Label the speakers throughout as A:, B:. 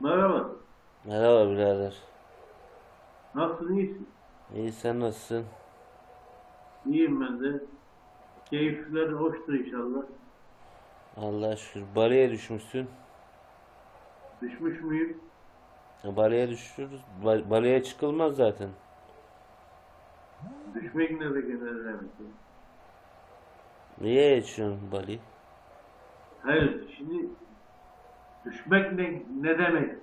A: Merhaba.
B: Merhaba birader.
A: Nasılsın? iyisin?
B: İyi sen nasılsın?
A: İyiyim ben de. Keyifler hoştur inşallah.
B: Allah şükür. Baleye düşmüşsün.
A: Düşmüş müyüm?
B: Ya Baleye düşürüz. Ba- baleye çıkılmaz zaten.
A: Düşmek ne de genel demek.
B: Niye geçiyorsun baleyi?
A: Hayır, şimdi düşmek ne, ne demek?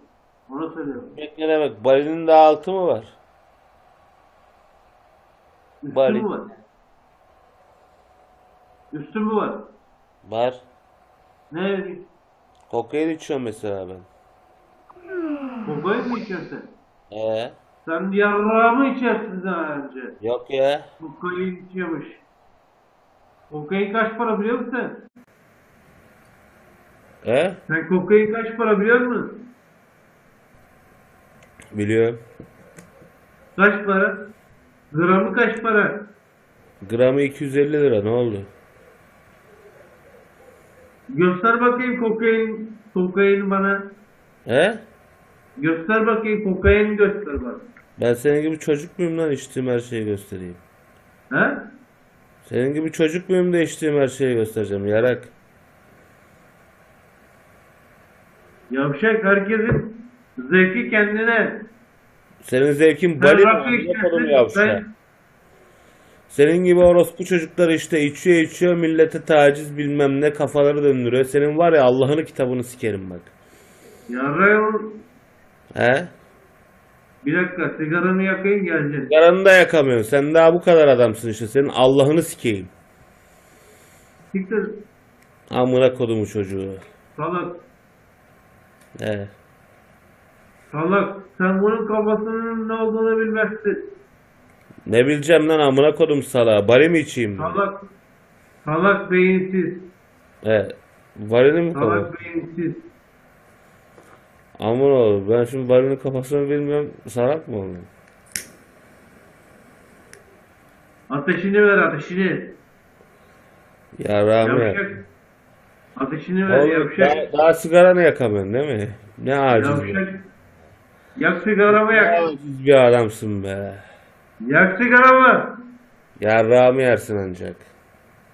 A: Onu söylüyorum.
B: Demek ne demek? Balenin de altı mı var?
A: Üstü
B: Bari.
A: mü var? Üstü mü var?
B: Var.
A: Ne?
B: Kokain içiyorum mesela ben.
A: Kokoyu mu içiyorsun sen?
B: Ee,
A: Sen yarrağı mı içersin daha önce?
B: yok ya.
A: Kokoyu içiyormuş. Kokain kaç para biliyor musun sen?
B: He?
A: Sen kokain kaç para biliyor musun?
B: Biliyorum.
A: Kaç para? Gramı kaç para?
B: Gramı 250 lira ne oldu?
A: Göster bakayım kokain, kokain bana.
B: He?
A: Göster bakayım kokain göster bana.
B: Ben senin gibi çocuk muyum lan içtiğim her şeyi göstereyim.
A: He?
B: Senin gibi çocuk muyum da içtiğim her şeyi göstereceğim yarak.
A: Yavşak herkesin zevki kendine.
B: Senin zevkin
A: Sen
B: bali mi?
A: rakı
B: Yapalım
A: içersin,
B: yavşak.
A: ben-
B: Senin gibi orospu çocuklar işte içiyor içiyor millete taciz bilmem ne kafaları döndürüyor. Senin var ya Allah'ını kitabını sikerim bak.
A: Yarrağım
B: He?
A: bir dakika sigaranı yakayım geleceğim.
B: Yaranı da yakamıyorsun. Sen daha bu kadar adamsın işte. Senin Allah'ını sikeyim.
A: Siktir
B: Amına kodumu çocuğu.
A: salak.
B: He.
A: Salak sen bunun kafasının ne olduğunu bilmezsin.
B: Ne bileceğim lan amına kodum salağı. Bari mi içeyim? ben?
A: Salak. Salak beyinsiz.
B: He. Varini mi koyayım?
A: Salak beyinsiz.
B: Aman oğlum ben şimdi varinin kafasını bilmiyorum. Salak mı oğlum?
A: Ateşini ver ateşini.
B: Yarağımı yak.
A: Yavşak. Ateşini ver
B: Oğlum
A: yavşak.
B: daha, daha sigaranı yakamıyorsun değil mi? Ne aciz bir,
A: Yavşak. Yak sigaramı
B: ne
A: yak.
B: aciz bir adamsın be.
A: Yak sigaramı.
B: Yarrağımı yersin ancak.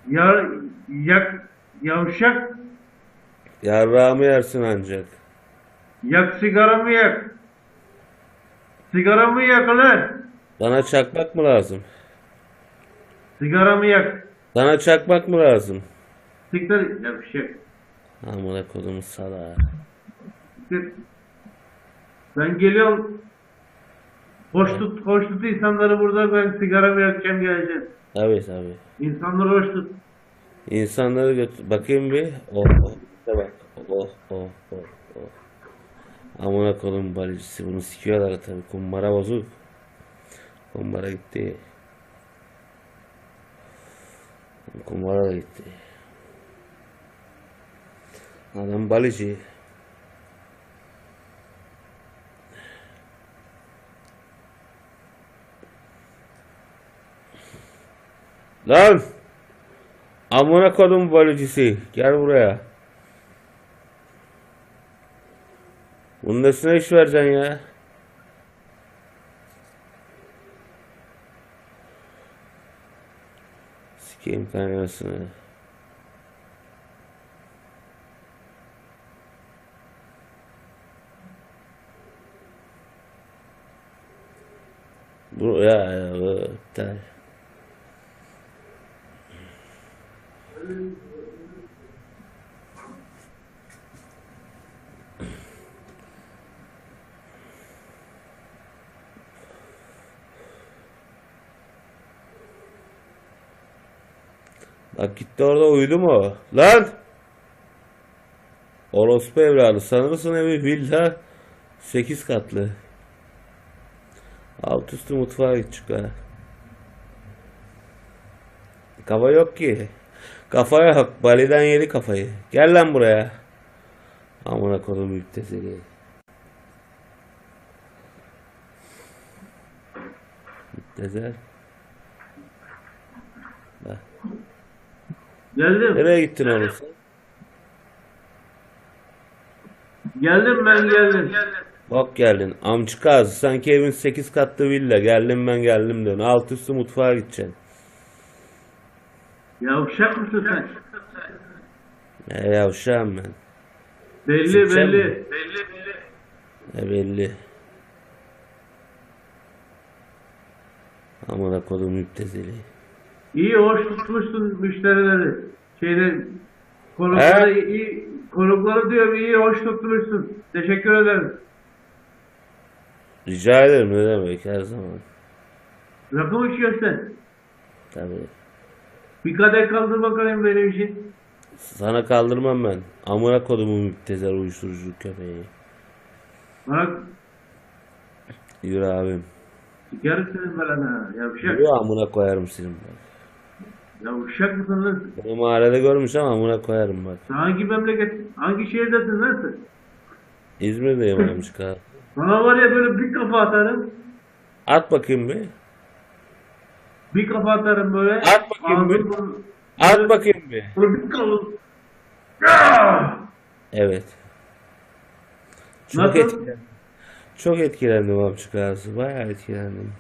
A: Ya, yak. Yavşak.
B: Yarrağımı yersin ancak.
A: Yak sigaramı yak. Sigaramı yak lan.
B: Bana çakmak mı lazım?
A: Sigaramı yak.
B: Bana çakmak mı lazım?
A: Siktir yavşak.
B: Amına kodumu salağı.
A: Siktir. Ben geliyorum. Hoş tut, hoş tut insanları burada ben sigaramı yakacağım geleceğim.
B: Tabii tabii.
A: İnsanları hoş tut.
B: İnsanları götür... Bakayım bir. Oh oh. İşte bak. Oh oh oh oh. Amına kodum balicisi. Bunu sikiyorlar tabii. Kumbara bozuk. Kumbara gitti. Kumbara da gitti. Adam balici. Lan! Amına kodum balıcısı. Gel buraya. Bunun nesine iş vereceksin ya? Sikeyim kaynasını. Bu ya ya bu iptal. Bak gitti orada uyudu mu? Lan! Orospu evladı. Sanırsın evi villa 8 katlı. Alt üstü mutfağa git çık ha. Kafa yok ki. Kafa yok. Baliden yedi kafayı. Gel lan buraya. Amına kodum ipte seni. Müptezel. Bak.
A: Geldim.
B: Nereye gittin oğlum sen?
A: Geldim ben geldim.
B: Bak geldin. Amcıkaz. Sanki evin 8 katlı villa. Geldim ben geldim diyorsun. Alt üstü mutfağa gideceksin.
A: Yavşak mısın sen?
B: E yavşağım ben.
A: Belli
B: Sıkacağım
A: belli. Belli belli.
B: E belli. Amına kodum müptezeli.
A: İyi hoş tutmuşsun müşterileri. Şeyde konukları
B: He?
A: iyi konukları diyorum iyi hoş tutmuşsun. Teşekkür ederim.
B: Rica ederim ne demek her zaman.
A: Rakı mı içiyorsun sen?
B: Tabii.
A: Bir kadeh kaldır bakayım benim için.
B: Sana kaldırmam ben. Amına kodumu müptezel uyuşturucu köpeği.
A: Bana
B: Yürü abim.
A: sikerim senin belana. Yavşak.
B: Yürü amına koyarım senin bak.
A: Yavşak mısın lan?
B: Beni mahallede görmüş ama amına koyarım bak.
A: Sen hangi memleket, hangi şehirdesin lan sen?
B: İzmir'deyim amcıkaz.
A: Sana var ya böyle bir kafa atarım.
B: At bakayım bir.
A: Bir kafa atarım böyle.
B: At bakayım bir.
A: Ağzını-
B: At bakayım bir.
A: Böyle bir kafa. Ah!
B: Evet. Çok
A: Nasıl?
B: etkilendim. Çok etkilendim amcıkaz. Bayağı etkilendim.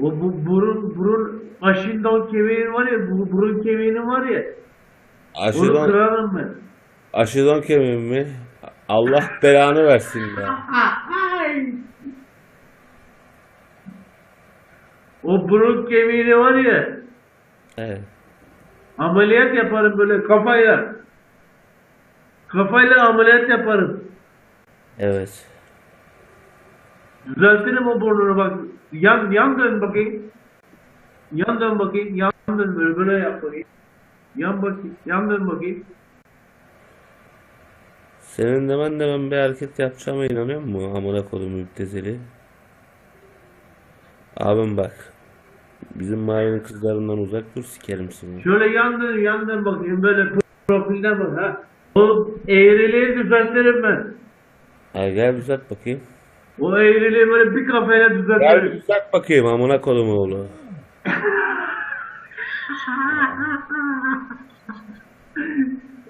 A: O bu burun burun başında o kemiğin var ya bu burun kemiğinin var ya onu
B: Aşıdan,
A: kırarım ben.
B: aşıdan kemiğim mi? Allah belanı versin ya.
A: O burun kemiğini var ya
B: Evet.
A: ameliyat yaparım böyle kafayla. Kafayla ameliyat yaparım.
B: Evet.
A: Düzeltirim o burnunu bak. Yan yan dön bakayım. Yan dön bakayım. Yan dön böyle böyle yap bakayım. Yan bakayım. Yan dön bakayım.
B: Senin de ben de ben bir hareket yapacağıma inanıyor musun? Amına kodum müptezeli. Abim bak. Bizim mahallenin kızlarından uzak dur sikerim seni.
A: Şöyle yan dön yan dön bakayım böyle profilden bak ha. O eğriliği düzeltirim ben.
B: Ha, gel düzelt bakayım.
A: O eğriliği böyle bir kafayla
B: Gel
A: düzeltirim.
B: düzelt bakayım amına kodum oğlu.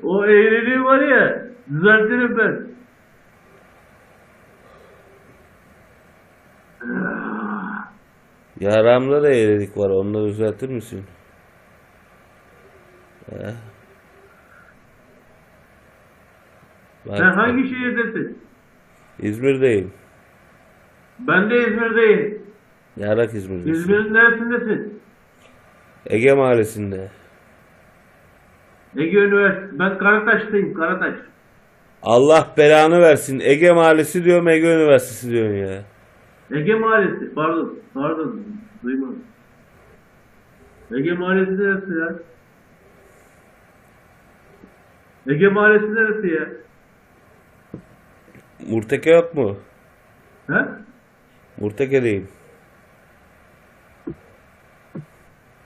A: O eğriliği var ya düzeltirim ben.
B: Yaramda da eğrilik var. Onu da düzeltir misin? He. Bak,
A: Sen
B: bak,
A: hangi şehirdesin?
B: İzmir'deyim.
A: Ben de İzmir'deyim.
B: Yarak İzmir'desin.
A: İzmir'in neresindesin?
B: Ege Mahallesi'nde.
A: Ege Üniversitesi. Ben Karataş'tayım Karataş.
B: Allah belanı versin. Ege Mahallesi diyorum, Ege Üniversitesi diyorsun ya.
A: Ege Mahallesi. Pardon. Pardon. Duymadım. Ege Mahallesi neresi ya? Ege Mahallesi neresi ya?
B: Murteke yok mu?
A: He?
B: Murteke'deyim.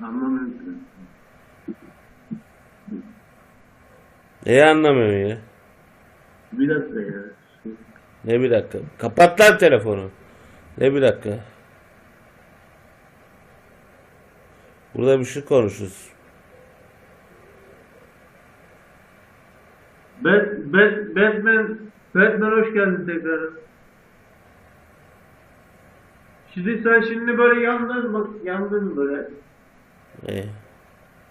A: Anlamıyorum. seni.
B: Neyi anlamıyorum ya?
A: Bir dakika ya.
B: Ne bir dakika. Kapat lan telefonu. Ne bir dakika. Burada bir şey konuşuruz.
A: Bat, Bat, Batman, Batman hoş geldin tekrar. Şimdi sen şimdi böyle yandın bak yandın böyle.
B: Ee,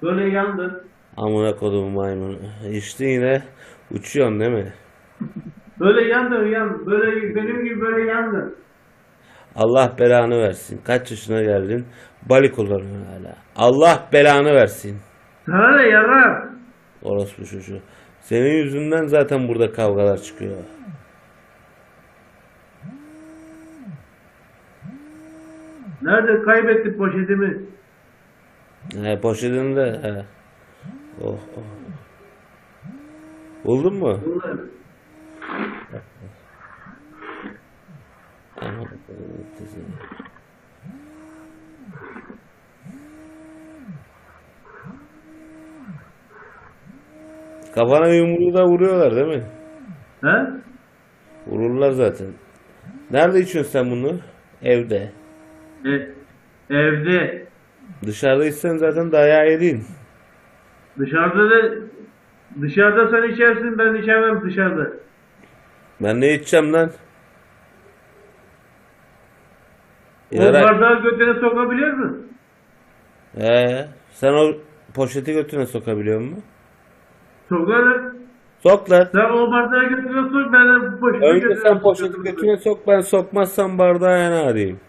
A: Böyle yandın.
B: amına kodum maymunu. İşte yine uçuyorsun değil mi?
A: Böyle yandın yan böyle benim gibi böyle yandın.
B: Allah belanı versin. Kaç yaşına geldin? Bali kullanıyorsun hala. Allah belanı versin.
A: Sana ne yarar?
B: Orospu çocuğu. Senin yüzünden zaten burada kavgalar çıkıyor.
A: Nerede kaybettim poşetimi?
B: He, poşetini de he. Oh, oh. Buldun mu?
A: Bunlar.
B: Aha, evet, güzel. Kafana yumruğu da vuruyorlar değil mi?
A: He?
B: Vururlar zaten. Nerede içiyorsun sen bunu? Evde.
A: E, evde.
B: Dışarıda içsen zaten dayağı yedin.
A: Dışarıda da dışarıda sen içersin ben içemem dışarıda.
B: Ben ne içeceğim lan?
A: O
B: Yarak.
A: bardağı götüne sokabiliyor musun?
B: Ee, sen o poşeti götüne sokabiliyor musun?
A: Sokarım.
B: Sok lan.
A: Sen o bardağı götüne sok ben de poşeti
B: Önce
A: götüne
B: sen
A: sokayım.
B: poşeti götüne sok ben sokmazsam bardağı yana arayayım.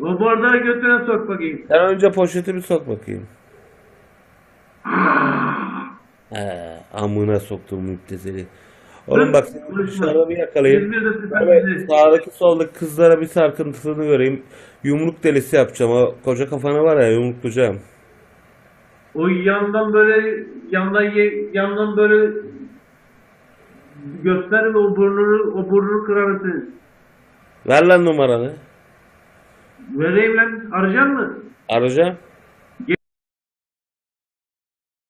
A: O bardağı götüne sok bakayım.
B: Sen önce poşeti bir sok bakayım. Ee, amına soktum müptezeli. Oğlum bak seni
A: Konuşma.
B: dışarıda bir yakalayayım.
A: İzmir'de sizden
B: Abi
A: bizi.
B: sağdaki soldaki kızlara bir sarkıntısını göreyim. Yumruk delisi yapacağım. O koca kafana var ya yumruklayacağım.
A: O yandan böyle yandan ye, yandan böyle göster ve o burnunu o burnunu kırarım seni.
B: Ver lan numaranı.
A: Vereyim lan. Arayacaksın mı?
B: Arayacağım.